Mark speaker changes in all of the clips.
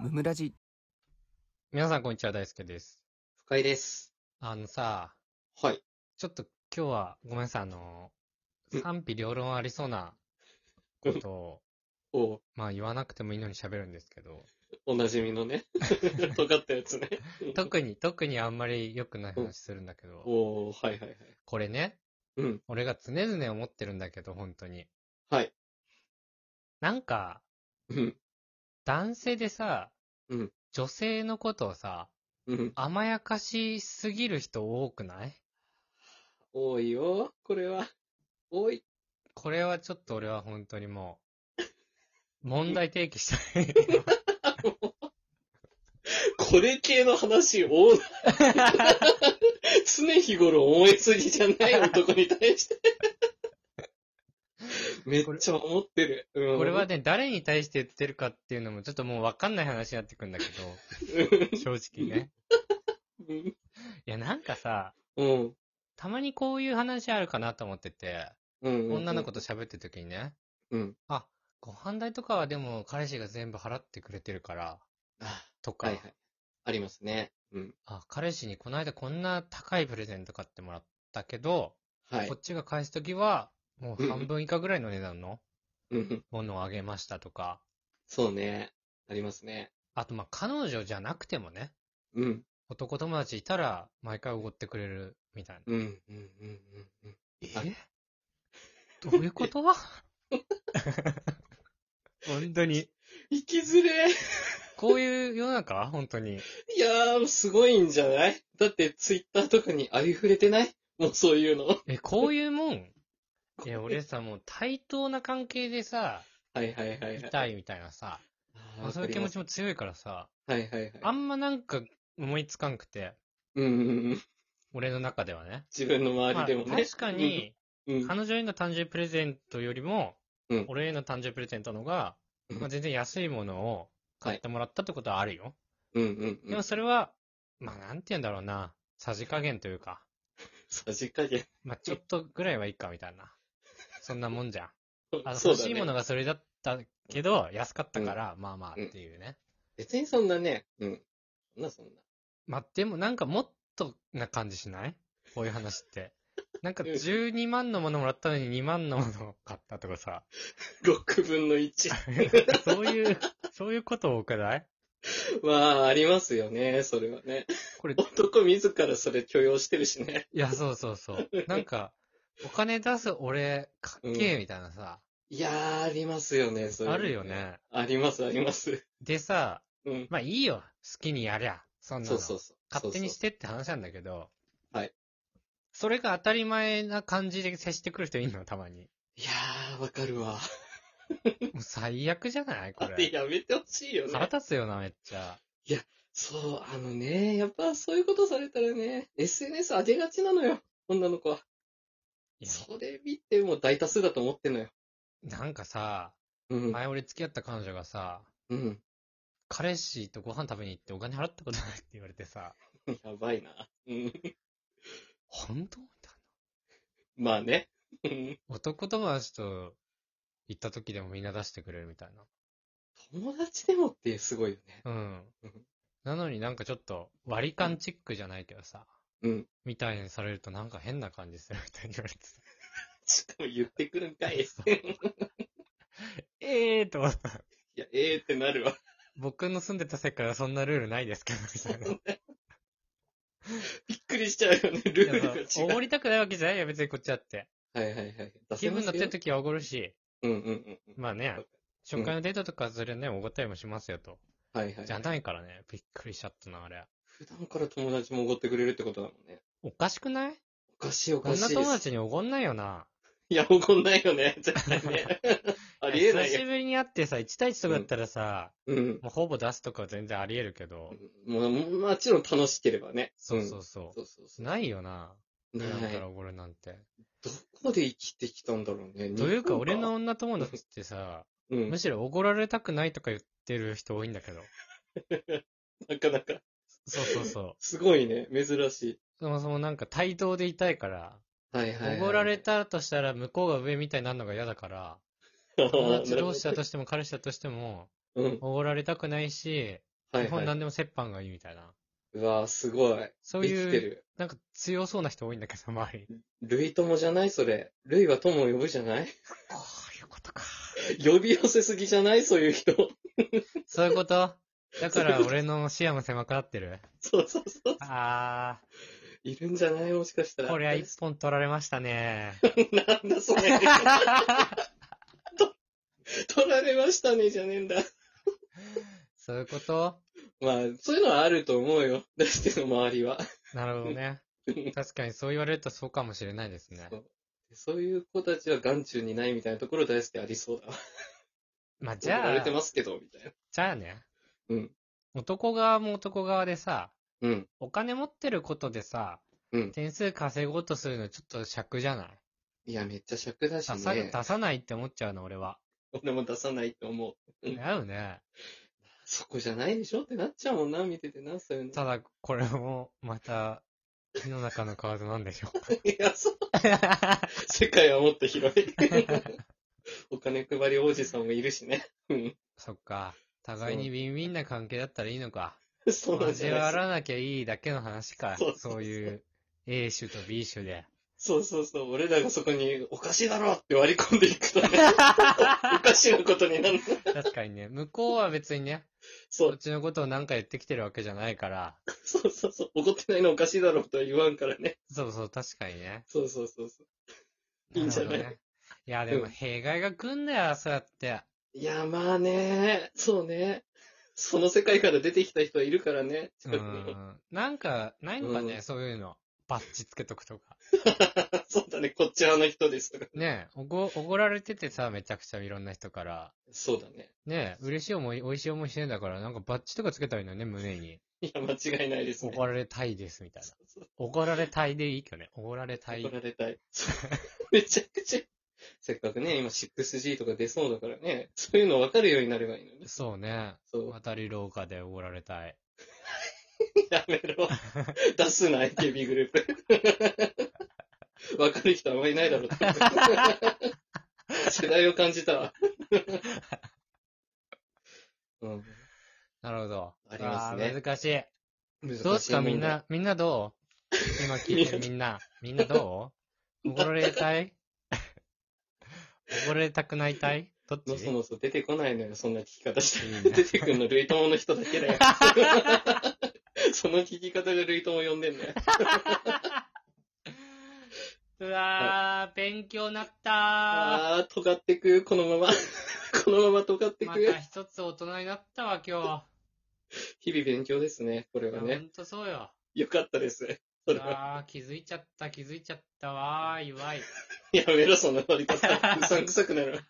Speaker 1: ムムラジ
Speaker 2: 皆さん、こんにちは。大輔です。
Speaker 3: 深井です。
Speaker 2: あのさ、
Speaker 3: はい。
Speaker 2: ちょっと今日は、ごめんなさい、あの、
Speaker 3: うん
Speaker 2: 賛否両論ありそうなことを、
Speaker 3: おう
Speaker 2: まあ言わなくてもいいのに喋るんですけど、
Speaker 3: おなじみのね。尖ったやつね。
Speaker 2: 特に、特にあんまり良くない話するんだけど、
Speaker 3: おおはいはいはい。
Speaker 2: これね、
Speaker 3: うん。
Speaker 2: 俺が常々思ってるんだけど、本当に。
Speaker 3: はい。
Speaker 2: なんか、
Speaker 3: うん。
Speaker 2: 男性でさ、
Speaker 3: うん
Speaker 2: 女性のことをさ、
Speaker 3: うん。
Speaker 2: 甘やかしすぎる人多くない
Speaker 3: 多いよ。これは。多い。
Speaker 2: これはちょっと俺は本当にも う、問題提起したい。
Speaker 3: これ系の話、多い。常日頃思いすぎじゃない男に対して。めっちゃ思ってる。うん、
Speaker 2: これはね、誰に対して言ってるかっていうのも、ちょっともう分かんない話になってくんだけど、正直ね。
Speaker 3: うん。
Speaker 2: いや、なんかさ、
Speaker 3: うん。
Speaker 2: たまにこういう話あるかなと思ってて、
Speaker 3: うん。
Speaker 2: 女の子と喋ってる時にね、
Speaker 3: うん。
Speaker 2: ご飯代とかはでも彼氏が全部払ってくれてるから、
Speaker 3: あ、
Speaker 2: とか、
Speaker 3: はいはい。ありますね。うん。
Speaker 2: あ、彼氏にこの間こんな高いプレゼント買ってもらったけど、
Speaker 3: はい
Speaker 2: こ。っちが返す時は、もう半分以下ぐらいの値段の
Speaker 3: うん。
Speaker 2: ものをあげましたとか、
Speaker 3: そうね。ありますね。
Speaker 2: あとまあ彼女じゃなくてもね、
Speaker 3: うん。
Speaker 2: 男友達いたら毎回おごってくれるみたいな。
Speaker 3: うん、うん、うん、うんうん。
Speaker 2: えどういうこと本当に。
Speaker 3: 生きづれえ
Speaker 2: こういう世の中本当に。
Speaker 3: いやー、すごいんじゃないだって、ツイッターとかにありふれてないもうそういうの。は
Speaker 2: え、こういうもんえ、俺さ、もう対等な関係でさ、
Speaker 3: いはいはいはい。
Speaker 2: いたいみたいなさ、
Speaker 3: あー。
Speaker 2: そういう気持ち
Speaker 3: も。
Speaker 2: も強いからさ、
Speaker 3: はいはいはい。
Speaker 2: あんまなんか思いつかんくて、
Speaker 3: うんうんうん。
Speaker 2: 俺の中ではね。
Speaker 3: 自分の周りでもね。
Speaker 2: まあ確かに、
Speaker 3: うん。うん。
Speaker 2: 彼女への誕生日プレゼントよりも、
Speaker 3: うん
Speaker 2: 俺への誕生日プレゼントの方が、
Speaker 3: うん
Speaker 2: まあ、全然安いものを買ってもらったってことはあるよ。
Speaker 3: うんうんう
Speaker 2: でも
Speaker 3: ん。
Speaker 2: それは、まあなんて言うんだろうな、さじ加減というか、
Speaker 3: さじ加減。
Speaker 2: まあちょっとぐらいはいいかみたいな。そんなもんじ ゃん。あの
Speaker 3: そう
Speaker 2: 欲
Speaker 3: だ
Speaker 2: しいも
Speaker 3: ね。
Speaker 2: のがそれだったけど、安かったから、まあまあっていうね。
Speaker 3: 別にそんなね。うん。そんなそんな。
Speaker 2: まあでもなんかもっとな感じしないこういう話って。なんか12万のものもらったのに2万のものを買ったとか さ。
Speaker 3: 6分の1。
Speaker 2: そういう、そういうこと多くない
Speaker 3: まあ、ありますよね。それはね。
Speaker 2: これ、
Speaker 3: 男自らそれ許容してるしね。
Speaker 2: いや、そうそう そう。なんか、お金出す俺、かっけえみたいなさ、
Speaker 3: いやー、ありますよね。それ
Speaker 2: あるよ。ね。
Speaker 3: あります、あります。
Speaker 2: でさ、
Speaker 3: うん。
Speaker 2: まあいいよ。好きにやりゃ。そんな
Speaker 3: そ
Speaker 2: の。
Speaker 3: うそうそう。
Speaker 2: 勝手にしてって話なんだけど。
Speaker 3: はい。
Speaker 2: それが当たり前な感じで接してくる人いんのたま に。
Speaker 3: いやー、わかるわ。
Speaker 2: もう最悪じゃないこ
Speaker 3: あれ
Speaker 2: れ。
Speaker 3: やめてほしいよ
Speaker 2: 腹
Speaker 3: ね。
Speaker 2: 立つよな、めっちゃ。
Speaker 3: そう、あのね、やっぱそういうことされたらね、SNS 上げがちなのよ、女の子は。
Speaker 2: い
Speaker 3: それ見てもう大多数だと思ってんのよ。
Speaker 2: や、なんかさ、
Speaker 3: うん。
Speaker 2: 前俺付き合った彼女がさ、
Speaker 3: うん。
Speaker 2: 彼氏とご飯食べに行ってお金払ったことないって言われてさ、
Speaker 3: やばいな。うん。
Speaker 2: 本当みたいな。
Speaker 3: まあね。うん
Speaker 2: 男友達と行った時でもみんな出してくれるみたい
Speaker 3: 友達でもってすごいよね。
Speaker 2: な。うん
Speaker 3: うん。
Speaker 2: なのになんかちょっと割り勘チックじゃないけどさ、
Speaker 3: うん。
Speaker 2: みたいにされるとなんか変な感じするみたいに言われてさ
Speaker 3: しかも言ってくるんか い。い
Speaker 2: そう ええーと思った、
Speaker 3: や、ええー、ってなるわ。
Speaker 2: 僕の住んでた世界はそんなルールないですけど、みたいな。
Speaker 3: びっくりしちゃうよね、ルールが
Speaker 2: いや
Speaker 3: 違
Speaker 2: お
Speaker 3: う。
Speaker 2: ごりたくないわけじゃないよ、別にこっちだって。
Speaker 3: はいはいはい。出
Speaker 2: 気
Speaker 3: せま
Speaker 2: 分乗
Speaker 3: すよ
Speaker 2: ってる時はおごるし、
Speaker 3: うんうんうんうん。
Speaker 2: まあね、初回のデートとかそれね、おごったりもしますよと。
Speaker 3: はいはい
Speaker 2: じ。ゃないからね、びっくりしちゃったな、あれ。
Speaker 3: 普段から友達もおごってくれるってことだもんね。
Speaker 2: おかしくない
Speaker 3: おかしいお
Speaker 2: こ
Speaker 3: か
Speaker 2: ん
Speaker 3: しい
Speaker 2: な
Speaker 3: です。
Speaker 2: 友達におごんないよな。
Speaker 3: いや、怒んないよね。 絶対 ね。ありえない
Speaker 2: 久し
Speaker 3: よ。
Speaker 2: ぶりに会ってさ、1対1とかだったらさ、
Speaker 3: うん。
Speaker 2: もうほぼ出すとかは全然あり得るけど、
Speaker 3: もう、もちろん楽しければね。
Speaker 2: そうそううんそ
Speaker 3: そうそう
Speaker 2: う。
Speaker 3: そう。
Speaker 2: ないよな。
Speaker 3: な
Speaker 2: 普段
Speaker 3: い
Speaker 2: から。おごるなんて。
Speaker 3: どこで生きてきたんだろうね。
Speaker 2: というか、
Speaker 3: 日本
Speaker 2: 俺の、女友達ってさ、
Speaker 3: うん。
Speaker 2: むしろおごられたくないとか言ってる人多いんだけど。
Speaker 3: なかなか、
Speaker 2: そうそうそ
Speaker 3: すごいね。珍しい。
Speaker 2: う。そもそもなんか対等でいたいから、
Speaker 3: はいはい、はい。
Speaker 2: おごられ たとしたら向こうが上みたいになるのが嫌だから、
Speaker 3: あー、
Speaker 2: 友達
Speaker 3: なるほ
Speaker 2: 同士だとしても彼氏だとしても、
Speaker 3: どうん。
Speaker 2: おごられたくないし、
Speaker 3: はい
Speaker 2: 基本
Speaker 3: は
Speaker 2: 何
Speaker 3: い。
Speaker 2: でも折半がいいみたいな。
Speaker 3: うわーすごい。
Speaker 2: そう
Speaker 3: できて
Speaker 2: いう、
Speaker 3: る。
Speaker 2: なんか強そうな人多いんだけど、周り。
Speaker 3: ルイ友じゃないそれ。ルイは友を呼ぶじゃない
Speaker 2: こういうことか。
Speaker 3: 呼び寄せすぎじゃないそういう人。
Speaker 2: そういうことだから俺の視野も狭くなってる。
Speaker 3: そうそうそう。
Speaker 2: あ
Speaker 3: いるんじゃないもしかした
Speaker 2: ー、
Speaker 3: ら。
Speaker 2: こりゃ一本取られましたね。
Speaker 3: なん だそれ。取られましたね、じゃねえんだ。
Speaker 2: そういうこと
Speaker 3: まあ、そういうのはあると思うよ。 出しての周りは。
Speaker 2: なるほどね。確かにそう言われるとそうかもしれないですね
Speaker 3: そ。うそういう子たちは眼中にないみたいなところ大好きありそうだわ。
Speaker 2: まあ じゃ
Speaker 3: 怒られ
Speaker 2: あ
Speaker 3: て、ますけど、みたいな。
Speaker 2: じゃあね。
Speaker 3: うん。
Speaker 2: 男側も男側でさ、
Speaker 3: うん。
Speaker 2: お金持ってることでさ、
Speaker 3: うん
Speaker 2: 点数稼ごうとするのちょっと尺じゃない
Speaker 3: いや、めっちゃ尺だし
Speaker 2: 出さ,、
Speaker 3: ね。
Speaker 2: 出さないって思っちゃうの、俺は。
Speaker 3: 俺も出さないと思う。
Speaker 2: だよね。
Speaker 3: そこじゃないでしょってなっちゃうもんな、見ててな、そういうの。
Speaker 2: ただ、これも、また、火の中の蛙なんでしょ うか。
Speaker 3: いや、そう。世界はもっと広い。 お金配り王子さんもいるしね。 うん。
Speaker 2: そっか。互いにウィンウィンな関係だったらいいのか。
Speaker 3: そうなんじ
Speaker 2: 交
Speaker 3: ゃな
Speaker 2: わ
Speaker 3: い
Speaker 2: らなきゃいいだけの話か。
Speaker 3: そう
Speaker 2: そ
Speaker 3: そううそう
Speaker 2: いう、A 種と B 種で。
Speaker 3: そうそうそう。俺らがそこに、おかしいだろって割り込んで いくとね、おかしなことになる。
Speaker 2: 確かにね、向こうは別にね、
Speaker 3: そ
Speaker 2: こっ
Speaker 3: う、
Speaker 2: ちのことを何か言ってきてるわけじゃないから。
Speaker 3: そうそうそう。怒ってないのおかしいだろとは言わんからね。
Speaker 2: そうそう、確かにね。
Speaker 3: そうそうそうそう。いいんじゃない
Speaker 2: るほどねいや、でも、弊害が来んだよ、そうやって。
Speaker 3: いや、まあね、そうね。その世界から出てきた人はいるからね、
Speaker 2: う
Speaker 3: 近くに。
Speaker 2: ん。なんか、ないのかね、
Speaker 3: うん
Speaker 2: そういうの。バッチつけとくとか。
Speaker 3: そうだね、こっちはあの人ですとか。
Speaker 2: ねえ、おご、おごられててさ、めちゃくちゃいろんな人から。
Speaker 3: そうだね。
Speaker 2: ねえ、嬉しい思い、美味しい思いしてんだから、なんかバッチとかつけたらいいのね、胸に。
Speaker 3: いや、間違いないです
Speaker 2: お
Speaker 3: ね。
Speaker 2: ごられたいです、みたいな。
Speaker 3: そうそう
Speaker 2: おごられたいでいいけどね。おごられたい
Speaker 3: 怒。られた い。めちゃくちゃ。せっかくね、今 6G とか出そうだからね、そういうの分かるようになればいいのに。
Speaker 2: そうね。
Speaker 3: そう。
Speaker 2: 渡り廊下でおごられたい。
Speaker 3: やめろ。出すな、AKB グループ。分かる人あんまりいないだろうって。 世代を感じたわ。うん、
Speaker 2: なるほど。
Speaker 3: ありますね
Speaker 2: あー難しい。
Speaker 3: 難しい
Speaker 2: どうすかみ
Speaker 3: 問
Speaker 2: ん
Speaker 3: 題。
Speaker 2: な、みんなどう今聞 いてるみんな。みんなどう怒られたい 怒られたくないたいどっち
Speaker 3: のそのそ出てこないのよ、そんな聞き 方して。
Speaker 2: いいね
Speaker 3: 出てくるの、類友の人だ けだよ。その聞き方が類友呼んでんだよ。
Speaker 2: うわー、勉強なった
Speaker 3: あー、尖ってく、このまま。このまま尖って
Speaker 2: ー。ま
Speaker 3: く。
Speaker 2: た一つ大人になったわ、今
Speaker 3: 日々勉強ですね、これ
Speaker 2: 日。いや
Speaker 3: は
Speaker 2: ほ
Speaker 3: ね。
Speaker 2: んとそうよ。
Speaker 3: よかったです。そうれは。
Speaker 2: わー、気づいちゃった、気づいちゃったわー、祝い。
Speaker 3: やめろ、そんな割り方。うさんくさくな る。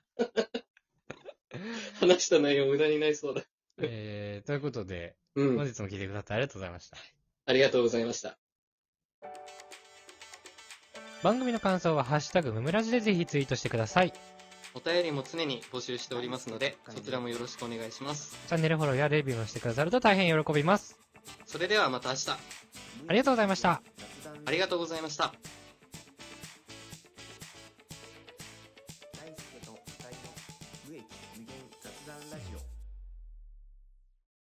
Speaker 3: 話した内容無駄になりそうだ。
Speaker 2: えー、ということで、
Speaker 3: う
Speaker 2: 本
Speaker 3: ん。
Speaker 2: 日も聞いてくださってありがとうございました。
Speaker 3: ありがとうございました。
Speaker 2: 番組の感想は、ハッシュタグ、ムムラジでぜひツイートしてください。
Speaker 3: お便りも常に募集しておりますので、そちらもよろしくお願いします。
Speaker 2: チャンネルフォローやレビューもしてくださると大変喜びます。
Speaker 3: それではまた明日、
Speaker 2: ありがとうございました。
Speaker 3: ありがとうございました。